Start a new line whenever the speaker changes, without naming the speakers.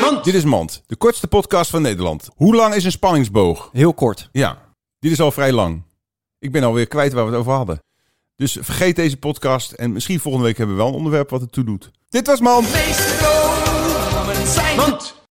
Mand.
Dit is Mand, de kortste podcast van Nederland. Hoe lang is een spanningsboog?
Heel kort.
Ja, dit is al vrij lang. Ik ben alweer kwijt waar we het over hadden. Dus vergeet deze podcast en misschien volgende week hebben we wel een onderwerp wat het toe doet. Dit was Mand.
Meeste dromen zijn...
Mand.